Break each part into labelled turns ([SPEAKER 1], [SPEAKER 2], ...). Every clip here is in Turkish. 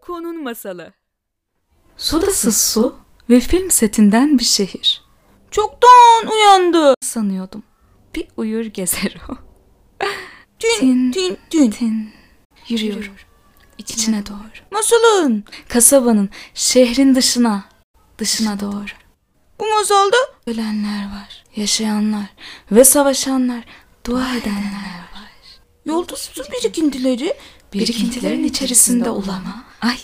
[SPEAKER 1] Konun masalı.
[SPEAKER 2] Sodasız su ve film setinden bir şehir.
[SPEAKER 3] Çoktan uyandı.
[SPEAKER 2] Sanıyordum. Bir uyur gezer o.
[SPEAKER 3] Tin
[SPEAKER 2] Tin.
[SPEAKER 3] tin tin.
[SPEAKER 2] Tin. Yürüyorum. İçine doğru.
[SPEAKER 3] Masalın.
[SPEAKER 2] Kasabanın, şehrin dışına. Dışına doğru.
[SPEAKER 3] Bu masalda
[SPEAKER 2] Ölenler var, yaşayanlar ve savaşanlar, dua edenler var.
[SPEAKER 3] yolda su birikintileri,
[SPEAKER 2] Birikintilerin içerisinde ulama, ay,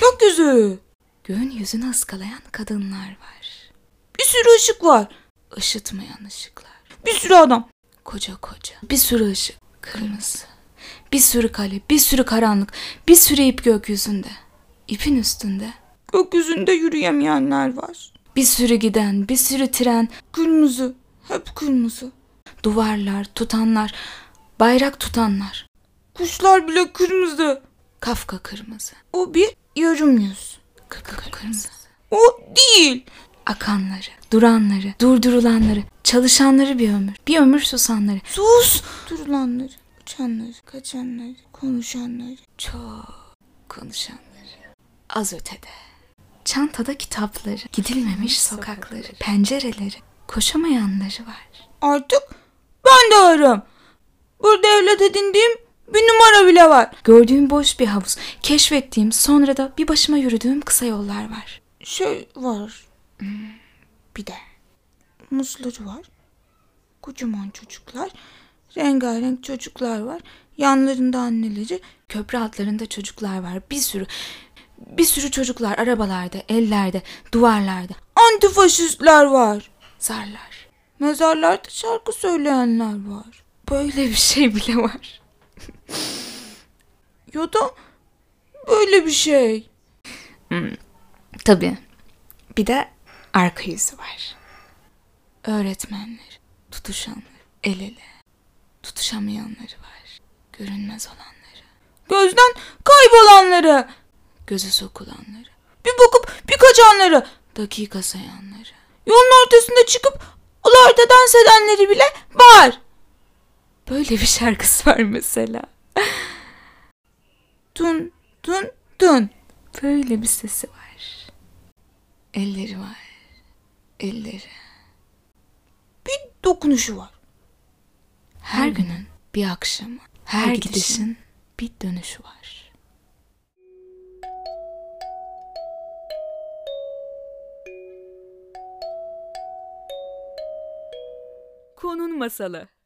[SPEAKER 3] gökyüzü,
[SPEAKER 2] göğün yüzünü ıskalayan kadınlar var.
[SPEAKER 3] bir sürü ışık var,
[SPEAKER 2] Işıtmayan ışıklar,
[SPEAKER 3] bir sürü adam.
[SPEAKER 2] koca koca, bir sürü ışık, kırmızı, bir sürü kale, bir sürü karanlık, bir sürü ip gökyüzünde, ipin üstünde,
[SPEAKER 3] Gökyüzünde yürüyemeyenler var.
[SPEAKER 2] bir sürü giden, bir sürü tren,
[SPEAKER 3] Kırmızı, hep kırmızı.
[SPEAKER 2] duvarlar, tutanlar, bayrak tutanlar,
[SPEAKER 3] Kuşlar bile kırmızı.
[SPEAKER 2] Kafka kırmızı,
[SPEAKER 3] O bir yarım yüz.
[SPEAKER 2] kırmızı.
[SPEAKER 3] O değil.
[SPEAKER 2] akanları, duranları, durdurulanları, çalışanları bir ömür, bir ömür susanları,
[SPEAKER 3] Sus. Durulanları, uçanları, kaçanları, konuşanları.
[SPEAKER 2] çok konuşanları, az ötede. Çantada kitapları, gidilmemiş sokakları, pencereleri, koşamayanları var.
[SPEAKER 3] Artık ben de varım. Burada evlat edindiğim bir numara bile var.
[SPEAKER 2] Gördüğüm boş bir havuz, keşfettiğim sonra da bir başıma yürüdüğüm kısa yollar var.
[SPEAKER 3] Şey var. Bir de muzları var. Kocaman çocuklar. Rengarenk çocuklar var. Yanlarında anneleri.
[SPEAKER 2] Köprü altlarında çocuklar var, bir sürü, bir sürü çocuklar arabalarda, ellerde, duvarlarda,
[SPEAKER 3] Antifaşistler var.
[SPEAKER 2] zarlar.
[SPEAKER 3] Mezarlarda şarkı söyleyenler var.
[SPEAKER 2] Böyle bir şey bile var.
[SPEAKER 3] Ya da böyle bir şey.
[SPEAKER 2] Tabii. Bir de arka yüzü var. Öğretmenler, tutuşanlar, el ele, tutuşamayanları var. Görünmez olanları,
[SPEAKER 3] Gözden kaybolanları.
[SPEAKER 2] gözü sokulanları,
[SPEAKER 3] Bir bakıp bir kaçanları.
[SPEAKER 2] dakika sayanları.
[SPEAKER 3] Yolun ortasında çıkıp alarda dans edenleri bile var.
[SPEAKER 2] Böyle bir şarkısı var mesela.
[SPEAKER 3] Tun tun tun.
[SPEAKER 2] Böyle bir sesi var. Elleri var. Elleri.
[SPEAKER 3] Bir dokunuşu var.
[SPEAKER 2] Her günün bir akşamı, her,
[SPEAKER 3] Her
[SPEAKER 2] gidişin,
[SPEAKER 3] gidişin
[SPEAKER 2] gidişin bir dönüşü var.
[SPEAKER 1] Konun masalı.